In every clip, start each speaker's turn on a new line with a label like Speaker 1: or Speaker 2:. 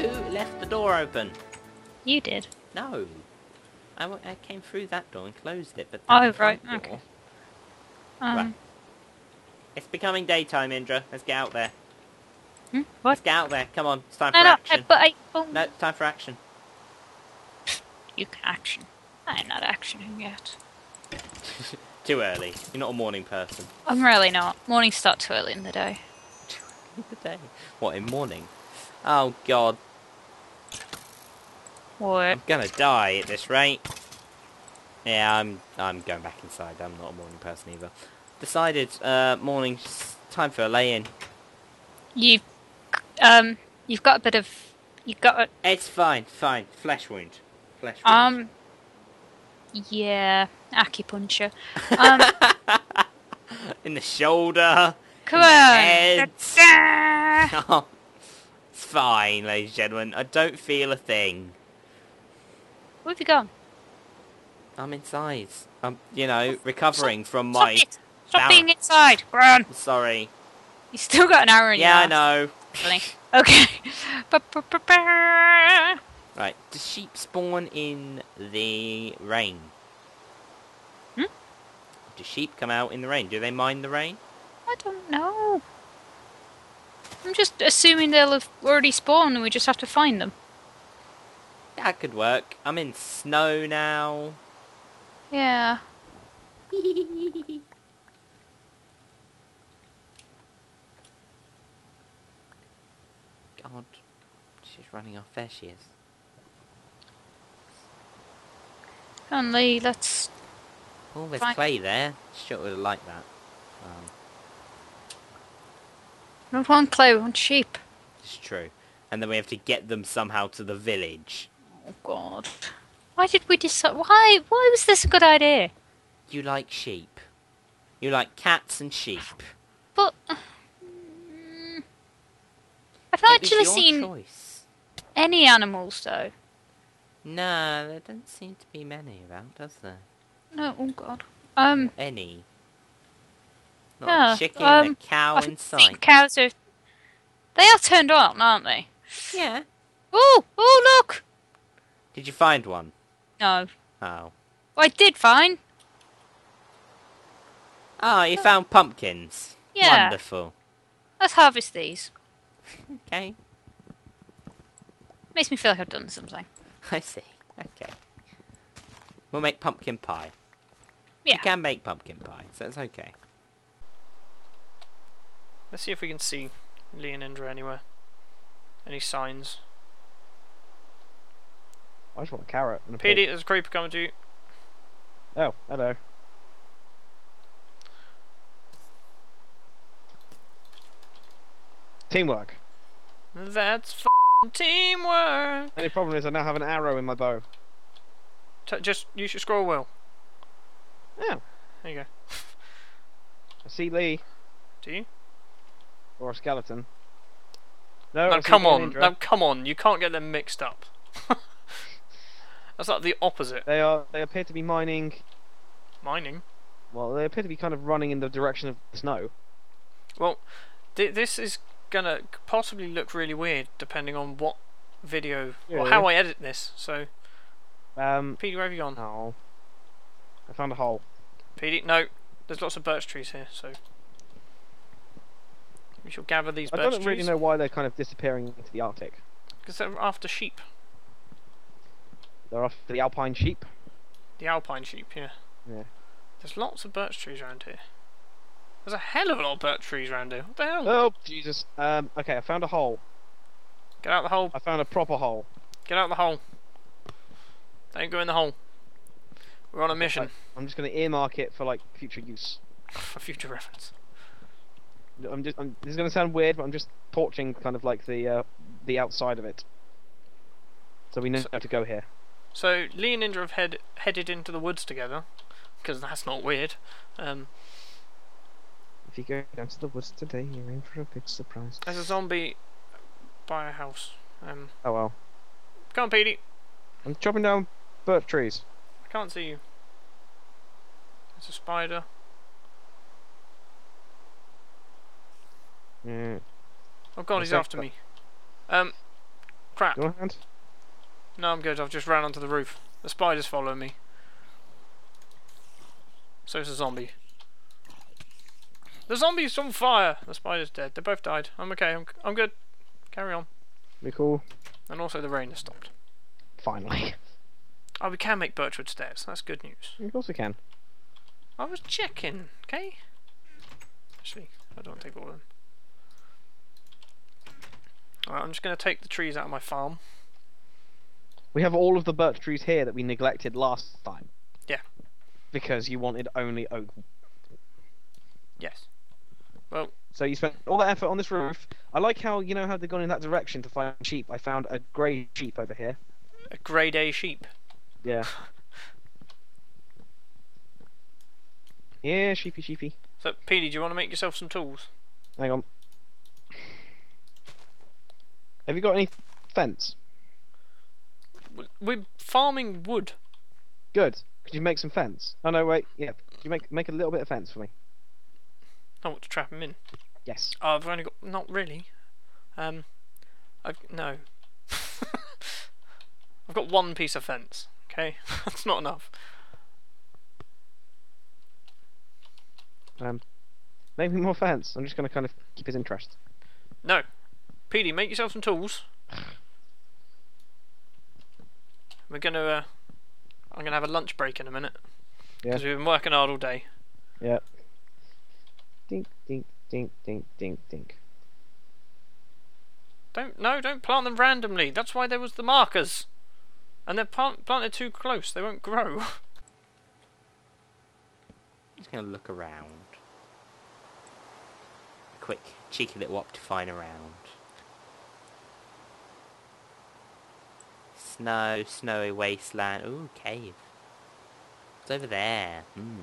Speaker 1: the door open.
Speaker 2: You did.
Speaker 1: No. I, w- I came through that door and closed it, but
Speaker 2: Oh,
Speaker 1: that
Speaker 2: right,
Speaker 1: front
Speaker 2: okay.
Speaker 1: door-
Speaker 2: Um,
Speaker 1: Right. It's becoming daytime, Indra. Let's get out there.
Speaker 2: hmm?
Speaker 1: Let's
Speaker 2: What?
Speaker 1: get out there. Come on, it's time
Speaker 2: No,
Speaker 1: for
Speaker 2: no, I,
Speaker 1: action.
Speaker 2: but I. Oh,
Speaker 1: No, it's time for action.
Speaker 2: You can action. I'm not actioning yet.
Speaker 1: Too early. You're not a morning person.
Speaker 2: I'm really not. Mornings start too early in the day.
Speaker 1: Good day. What in morning? Oh God,
Speaker 2: What?
Speaker 1: I'm gonna die at this rate. Yeah, I'm. I'm going back inside. I'm not a morning person either. Decided. Uh, morning. Time for a lay-in.
Speaker 2: You, um, you've got a bit of, you got a,
Speaker 1: It's fine. Fine. Flesh wound. Flesh wound.
Speaker 2: um, yeah, acupuncture. Um,
Speaker 1: in the shoulder.
Speaker 2: come on.
Speaker 1: Head.
Speaker 2: Da-da!
Speaker 1: Oh, it's fine, ladies and gentlemen. I don't feel a thing.
Speaker 2: Where have you gone?
Speaker 1: I'm inside. I'm, you know, recovering from
Speaker 2: Stop
Speaker 1: my.
Speaker 2: it! Stop
Speaker 1: Baron.
Speaker 2: being inside, Bran.
Speaker 1: Sorry.
Speaker 2: You still got an hour in
Speaker 1: Yeah, I know.
Speaker 2: your ass, really. Okay. Ba-ba-ba-ba.
Speaker 1: Right. Does sheep spawn in the rain?
Speaker 2: Hmm?
Speaker 1: Do sheep come out in the rain? Do they mind the rain?
Speaker 2: I don't know. I'm just assuming they'll have already spawned and we just have to find them.
Speaker 1: That could work. I'm in snow now.
Speaker 2: Yeah.
Speaker 1: God. She's running off. There she is.
Speaker 2: Come on, Lee, let's.
Speaker 1: Oh, there's
Speaker 2: Fine.
Speaker 1: clay there. Sure would have liked that. Um,
Speaker 2: We want clay, we want sheep.
Speaker 1: it's true. And then we have to get them somehow to the village.
Speaker 2: Oh, God. Why did we decide? Why? Why was this a good idea?
Speaker 1: You like sheep. You like cats and sheep.
Speaker 2: But. Mm, I've
Speaker 1: It
Speaker 2: not
Speaker 1: was
Speaker 2: actually
Speaker 1: your
Speaker 2: seen
Speaker 1: Choice.
Speaker 2: any animals, though.
Speaker 1: No, there doesn't seem to be many about, does there?
Speaker 2: No, oh, God. Um,
Speaker 1: Any. Not
Speaker 2: Yeah,
Speaker 1: a chicken, a
Speaker 2: um,
Speaker 1: cow
Speaker 2: I
Speaker 1: in
Speaker 2: think
Speaker 1: sight.
Speaker 2: cows are. They are turned on, aren't they?
Speaker 1: Yeah.
Speaker 2: Oh, oh, look!
Speaker 1: Did you find one?
Speaker 2: No.
Speaker 1: Oh.
Speaker 2: I did fine.
Speaker 1: Oh, you found pumpkins.
Speaker 2: Yeah.
Speaker 1: Wonderful.
Speaker 2: Let's harvest these.
Speaker 1: Okay.
Speaker 2: Makes me feel like I've done something.
Speaker 1: I see. Okay. We'll make pumpkin pie.
Speaker 2: Yeah.
Speaker 1: You can make pumpkin pie, so it's okay.
Speaker 3: Let's see if we can see Lee and Indra anywhere. Any signs?
Speaker 4: I just want a carrot and a pig.
Speaker 3: PD, there's a creeper coming to you.
Speaker 4: Oh, hello. Teamwork.
Speaker 3: That's f***ing teamwork.
Speaker 4: Only problem is I now have an arrow in my bow.
Speaker 3: T- just use your scroll wheel.
Speaker 4: Oh,
Speaker 3: There you go.
Speaker 4: I see Lee
Speaker 3: Do you?
Speaker 4: or a skeleton. No, I
Speaker 3: now
Speaker 4: see
Speaker 3: come
Speaker 4: Lee and
Speaker 3: on.
Speaker 4: Indra.
Speaker 3: Now come on. You can't get them mixed up. That's like the opposite.
Speaker 4: They are. They appear to be mining.
Speaker 3: Mining.
Speaker 4: Well, they appear to be kind of running in the direction of the snow.
Speaker 3: Well, th- this is gonna possibly look really weird depending on what video or
Speaker 4: Yeah.
Speaker 3: how I edit this. So,
Speaker 4: Um.
Speaker 3: PD, where have you gone?
Speaker 4: Oh. I found a hole.
Speaker 3: PD, no. There's lots of birch trees here, so we shall gather these
Speaker 4: I
Speaker 3: birch
Speaker 4: don't really
Speaker 3: trees
Speaker 4: know why they're kind of disappearing into the Arctic.
Speaker 3: because they're after sheep,
Speaker 4: They're after the alpine sheep.
Speaker 3: the alpine sheep. Yeah.
Speaker 4: Yeah.
Speaker 3: There's lots of birch trees around here. There's a hell of a lot of birch trees around here. What the hell?
Speaker 4: Oh Jesus. Um. Okay, I found a hole.
Speaker 3: Get out the hole.
Speaker 4: I found a proper hole.
Speaker 3: Get out the hole. Don't go in the hole. We're on a mission
Speaker 4: I'm just going to earmark it for like future use.
Speaker 3: for future reference.
Speaker 4: I'm just. I'm, this is going to sound weird, but I'm just torching kind of like the uh, the outside of it, so we know
Speaker 3: So-
Speaker 4: how to go here.
Speaker 3: So Lee and Indra have head, headed into the woods together, because that's not weird. Um,
Speaker 4: If you go down to the woods today, you're in for a big surprise.
Speaker 3: there's a zombie by a house. Um,
Speaker 4: Oh well.
Speaker 3: come on, Petey.
Speaker 4: I'm chopping down birch trees.
Speaker 3: I can't see you. There's a spider.
Speaker 4: Yeah.
Speaker 3: Oh god,
Speaker 4: One
Speaker 3: he's
Speaker 4: sec,
Speaker 3: after
Speaker 4: uh,
Speaker 3: Oh, me. Um, crap.
Speaker 4: You want a hand?
Speaker 3: No, I'm good. I've just ran onto the roof. The spiders follow me. So it's a zombie. The zombie's on fire. The spider's dead. They both died. I'm okay. I'm, I'm good. Carry on.
Speaker 4: We cool.
Speaker 3: And also the rain has stopped.
Speaker 4: Finally.
Speaker 3: Oh, we can make Birchwood stairs. That's good news.
Speaker 4: of course we can.
Speaker 3: I was checking. Okay. Actually, I don't take all of them. Alright, I'm just going to take the trees out of my farm.
Speaker 4: We have all of the birch trees here that we neglected last time.
Speaker 3: Yeah.
Speaker 4: Because you wanted only oak.
Speaker 3: Yes.
Speaker 4: So you spent all that effort on this roof. I like how you know how they've gone in that direction to find sheep. I found a grey sheep over here.
Speaker 3: A grade A sheep.
Speaker 4: Yeah. yeah, sheepy, sheepy.
Speaker 3: So, Petey, do you want to make yourself some tools?
Speaker 4: Hang on. Have you got any fence?
Speaker 3: W- We're farming wood.
Speaker 4: Good. Could you make some fence? Oh no, wait. Yeah. Could you make make a little bit of fence for me?
Speaker 3: I want to trap him in.
Speaker 4: Yes.
Speaker 3: Oh, I've only got not really. Um, I've no. I've got one piece of fence. Okay, that's not enough.
Speaker 4: Make me more fence. I'm just gonna kind of keep his interest.
Speaker 3: No, Petey, make yourself some tools. We're gonna. Uh, I'm gonna have a lunch break in a minute.
Speaker 4: Yeah.
Speaker 3: Because we've been working hard all day.
Speaker 4: Yeah. Dink, dink, dink, dink, dink, dink.
Speaker 3: Don't no, don't plant them randomly. That's why there was the markers. And they're plant, planted too close. They won't grow.
Speaker 1: just going to look around. Quick, cheeky little op to find around. Snow, snowy wasteland. Ooh, cave. It's over there. Hmm.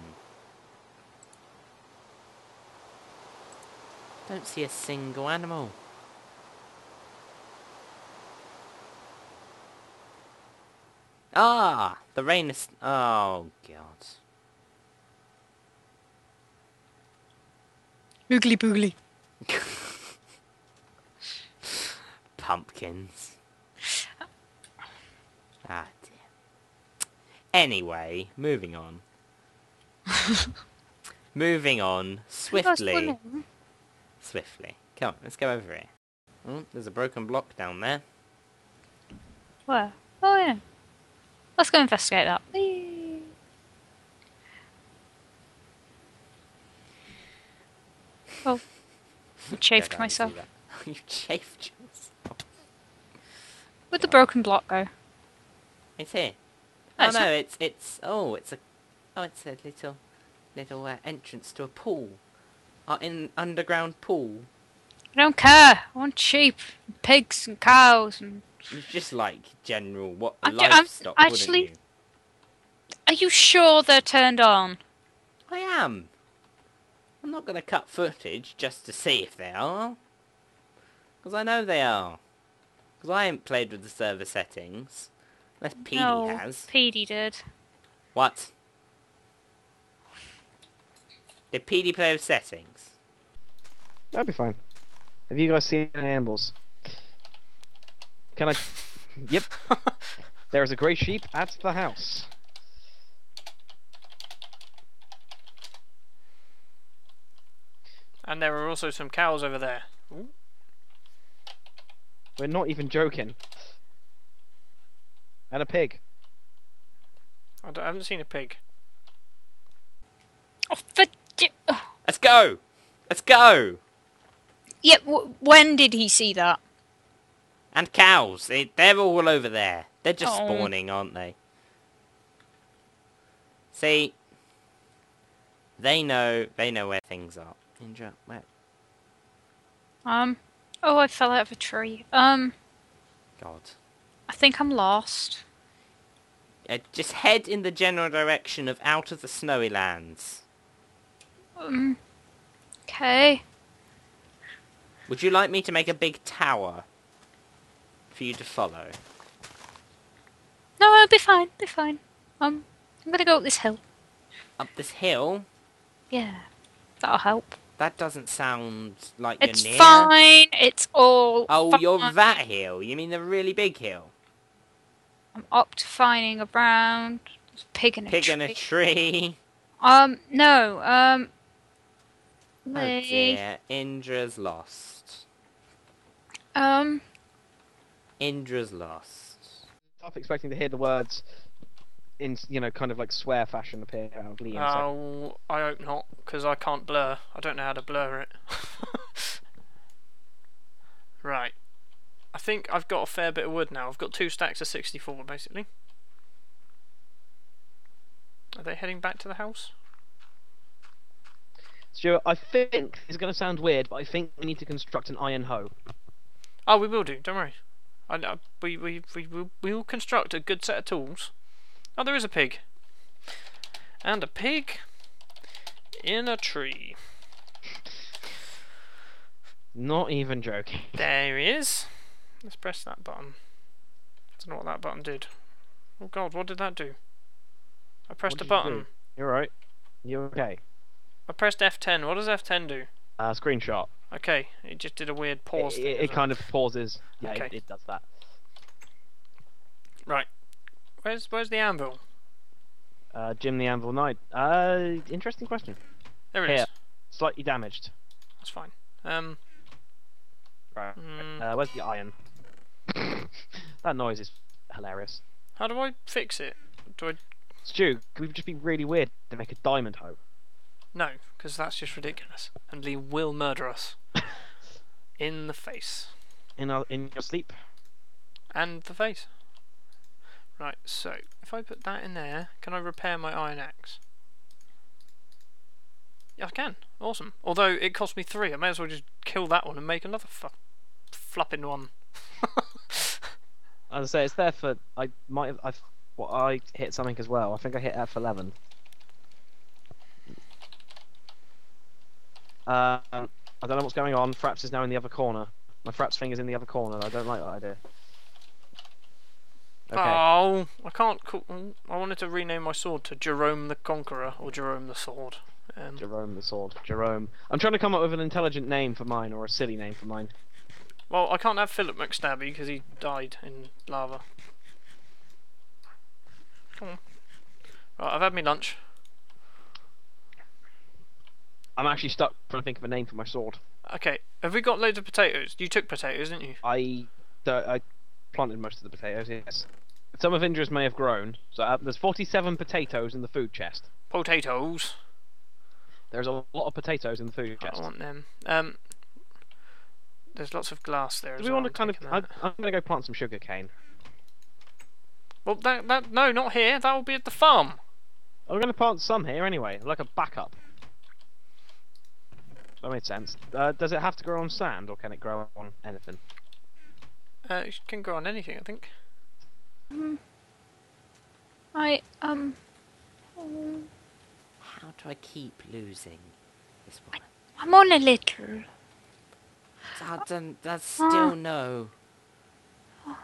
Speaker 1: Don't see a single animal. Ah, the rain is. Oh god.
Speaker 2: Oogly boogly.
Speaker 1: Pumpkins. Ah, dear. Anyway, moving on. moving on swiftly. Swiftly. Come on, let's go over here. Mm, there's a broken block down there.
Speaker 2: Where? Oh yeah. Let's go investigate that. Whee! Oh, I chafed
Speaker 1: Go down,
Speaker 2: myself.
Speaker 1: you do that. you chafed yourself.
Speaker 2: Where'd the
Speaker 1: Yeah.
Speaker 2: broken block go?
Speaker 1: It's here.
Speaker 2: Oh,
Speaker 1: Oh,
Speaker 2: it's
Speaker 1: no,
Speaker 2: not-
Speaker 1: it's it's oh, it's a oh, it's a little little uh, entrance to a pool. Uh, in underground pool.
Speaker 2: I don't care. I want sheep, and pigs, and cows. And
Speaker 1: It's just like general what
Speaker 2: I'm ju- I'm
Speaker 1: livestock, wouldn't
Speaker 2: actually-
Speaker 1: you?
Speaker 2: are you sure they're turned on?
Speaker 1: I am. I'm not going to cut footage just to see if they are. Because I know they are. Because I haven't played with the server settings. Unless Petey
Speaker 2: no,
Speaker 1: has.
Speaker 2: Petey did.
Speaker 1: What? Did Petey play with settings?
Speaker 4: That'll be fine. Have you guys seen any animals? Can I? yep. There is a grey sheep at the house.
Speaker 3: and there are also some cows over there.
Speaker 4: We're not even joking. And a pig.
Speaker 3: I, don't- I haven't seen a pig.
Speaker 2: Oh, for, di- oh.
Speaker 1: Let's go! Let's go!
Speaker 2: Yeah, w- when did he see that?
Speaker 1: And cows. They, they're all over there. They're just
Speaker 2: Oh.
Speaker 1: spawning, aren't they? See, they know. They know where things are. Indra, where?
Speaker 2: Um. Oh, I fell out of a tree. Um.
Speaker 1: God.
Speaker 2: I think I'm lost.
Speaker 1: Uh, just head in the general direction of out of the snowy lands.
Speaker 2: Um. Okay.
Speaker 1: Would you like me to make a big tower for you to follow?
Speaker 2: No, it'll be fine. Be fine. Um. I'm gonna go up this hill.
Speaker 1: Up this hill?
Speaker 2: Yeah. That'll help.
Speaker 1: That doesn't sound like
Speaker 2: It's
Speaker 1: you're near.
Speaker 2: fine. It's all.
Speaker 1: Oh,
Speaker 2: fine.
Speaker 1: you're that hill. You mean the really big hill?
Speaker 2: I'm up to finding a brown there's a pig in a
Speaker 1: Pig
Speaker 2: tree.
Speaker 1: in a tree.
Speaker 2: Um, no. Um,
Speaker 1: Oh
Speaker 2: they-
Speaker 1: dear, Indra's lost.
Speaker 2: um,
Speaker 1: Indra's lost.
Speaker 4: Half expecting to hear the words in, you know, kind of like swear fashion appear out of Liam's head.
Speaker 3: Oh, I hope not, because I can't blur. I don't know how to blur it. right. I think I've got a fair bit of wood now. I've got two stacks of 64, basically. Are they heading back to the house?
Speaker 4: Stuart, I think it's going to sound weird, but I think we need to construct an iron hoe.
Speaker 3: Oh, we will do. Don't worry. I, I, we, we, we, will, we will construct a good set of tools. Oh, there is a pig. And a pig in a tree.
Speaker 4: Not even joking.
Speaker 3: There he is. Let's press that button. don't know what that button did. Oh god, what did that do? I pressed a
Speaker 4: did you
Speaker 3: button.
Speaker 4: do? You're right. You're okay.
Speaker 3: I pressed F10. What does F10 do?
Speaker 4: Uh, screenshot.
Speaker 3: Okay, it just did a weird pause.
Speaker 4: It,
Speaker 3: thing,
Speaker 4: it,
Speaker 3: doesn't
Speaker 4: it kind of pauses. Yeah, it- it,
Speaker 3: Okay.
Speaker 4: does that.
Speaker 3: Right. Where's where's the anvil?
Speaker 4: Uh, Jim the Anvil Knight. Uh, interesting question.
Speaker 3: There it is.
Speaker 4: Here. Slightly damaged.
Speaker 3: That's fine. Um.
Speaker 4: Right.
Speaker 3: mm,
Speaker 4: Uh, where's the iron? that noise is hilarious.
Speaker 3: how do I fix it? Do I?
Speaker 4: Stu, could we just be really weird to make a diamond hoe?
Speaker 3: No, because that's just ridiculous. And Lee will murder us. In the face.
Speaker 4: In our, in your sleep?
Speaker 3: and the face. Right, so if I put that in there, can I repair my iron axe? Yeah, I can. Awesome. Although it cost me three, I may as well just kill that one and make another fu- flapping one.
Speaker 4: As I say, it's there for. I might have. I've, well, I hit something as well. I think I hit F11. Uh, I don't know what's going on. Fraps is now in the other corner. My Fraps finger's in the other corner. I don't like that idea. Okay.
Speaker 3: Oh, I can't. Call- mm, I wanted to rename my sword to Jerome the Conqueror or Jerome the Sword. Um,
Speaker 4: Jerome the sword. Jerome. I'm trying to come up with an intelligent name for mine or a silly name for mine.
Speaker 3: well, I can't have Philip McStabby because he died in lava. Come on. Right, I've had my lunch.
Speaker 4: I'm actually stuck trying to think of a name for my sword.
Speaker 3: Okay, have we got loads of potatoes? You took potatoes, didn't you?
Speaker 4: I don't- I planted most of the potatoes. Yes. Some of Indra's may have grown. So uh, there's 47 potatoes in the food chest.
Speaker 3: Potatoes.
Speaker 4: There's a lot of potatoes in the food
Speaker 3: I
Speaker 4: chest.
Speaker 3: want them. Um, there's lots of glass there.
Speaker 4: Do
Speaker 3: as
Speaker 4: we
Speaker 3: well,
Speaker 4: want to
Speaker 3: I'm
Speaker 4: kind of?
Speaker 3: taking
Speaker 4: I,
Speaker 3: that.
Speaker 4: I'm going to go plant some sugar cane.
Speaker 3: Well, that that no, not here. That will be at the farm.
Speaker 4: I'm going to plant some here anyway, like a backup. That made sense. Uh, does it have to grow on sand, or can it grow on anything?
Speaker 3: Uh, it can grow on anything, I think.
Speaker 2: I um,
Speaker 1: How do I keep losing this one?
Speaker 2: I'm on a little.
Speaker 1: I don't, I still no.
Speaker 2: It-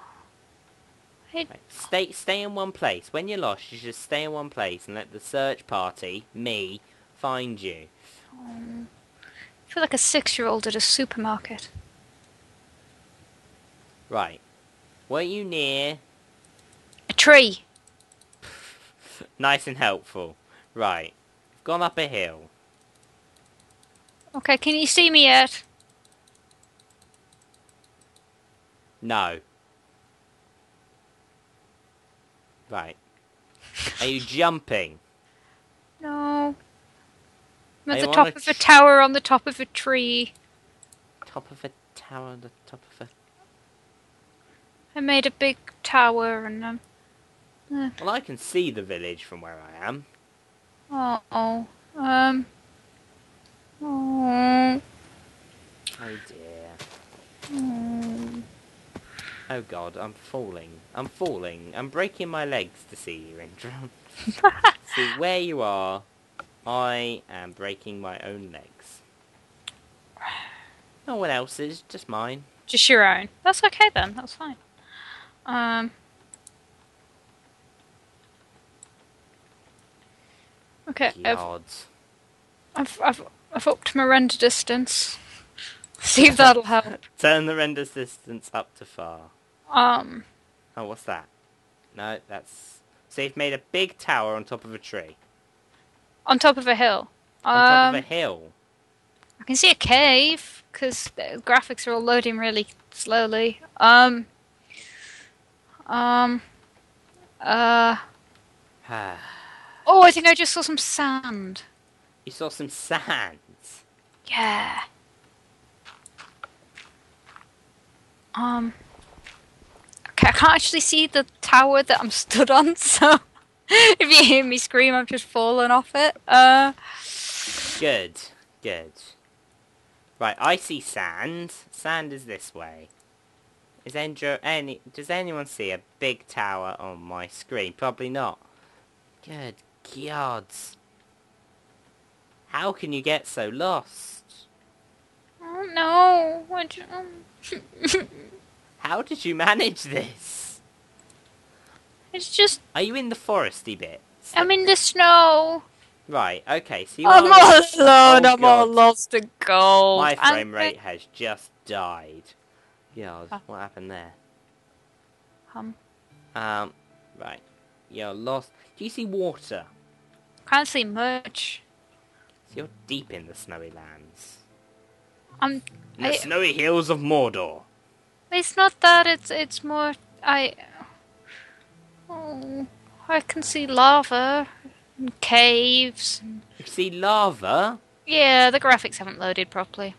Speaker 1: Right, Stay, stay in one place. When you're lost, you just stay in one place and let the search party, me, find you.
Speaker 2: I feel like a six-year-old at a supermarket.
Speaker 1: Right. Were you near?
Speaker 2: A tree.
Speaker 1: Nice and helpful. Right. Gone up a hill.
Speaker 2: Okay, can you see me yet?
Speaker 1: No. Right. Are you jumping?
Speaker 2: No. I'm
Speaker 1: I
Speaker 2: at the
Speaker 1: wanna
Speaker 2: top of a
Speaker 1: ch-
Speaker 2: tower on the top of a tree.
Speaker 1: Top of a tower, the top of a...
Speaker 2: I made a big tower and um,
Speaker 1: Well, I can see the village from where I am.
Speaker 2: oh, oh um, oh,
Speaker 1: Oh dear.
Speaker 2: oh.
Speaker 1: Oh god, I'm falling. I'm falling. I'm breaking my legs to see you, Indra. see where you are. I am breaking my own legs. No one else is, just mine.
Speaker 2: just your own. That's okay then. That's fine. Um.
Speaker 1: Uh,
Speaker 2: Okay, I've,
Speaker 1: Yards.
Speaker 2: I've, I've, I've upped my render distance. See if that'll help.
Speaker 1: Turn the render distance up to far.
Speaker 2: Um,
Speaker 1: Oh, what's that? No, that's... So you've made a big tower on top of a tree.
Speaker 2: On top of a hill.
Speaker 1: On top
Speaker 2: um,
Speaker 1: of a hill.
Speaker 2: I can see a cave because graphics are all loading really slowly. Um. Um. Uh. Oh, I think I just saw some sand.
Speaker 1: you saw some sands.
Speaker 2: Yeah. Um. Okay, I can't actually see the tower that I'm stood on, so if you hear me scream, I've just fallen off it. Uh.
Speaker 1: Good. Good. Right, I see sand. Sand is this way. Is Endro any does anyone see a big tower on my screen? Probably not. Good gods. How can you get so lost?
Speaker 2: Oh no! I ju- um,
Speaker 1: How did you manage this?
Speaker 2: it's just
Speaker 1: Are you in the foresty bits?
Speaker 2: I'm in the snow.
Speaker 1: Right, okay, so you
Speaker 2: I'm
Speaker 1: are
Speaker 2: all alone.
Speaker 1: Oh,
Speaker 2: I'm all
Speaker 1: God.
Speaker 2: lost and cold.
Speaker 1: My
Speaker 2: And
Speaker 1: frame rate has just died. God,
Speaker 2: Ah.
Speaker 1: what happened there?
Speaker 2: Um,
Speaker 1: Um, right. You're lost. Do you see water?
Speaker 2: can't see much.
Speaker 1: So you're deep in the snowy lands.
Speaker 2: I'm.
Speaker 1: In the
Speaker 2: I-
Speaker 1: snowy hills of Mordor.
Speaker 2: It's not that. It's it's more. I. Oh, I can see lava, and caves. And,
Speaker 1: You see lava?
Speaker 2: yeah, the graphics haven't loaded properly.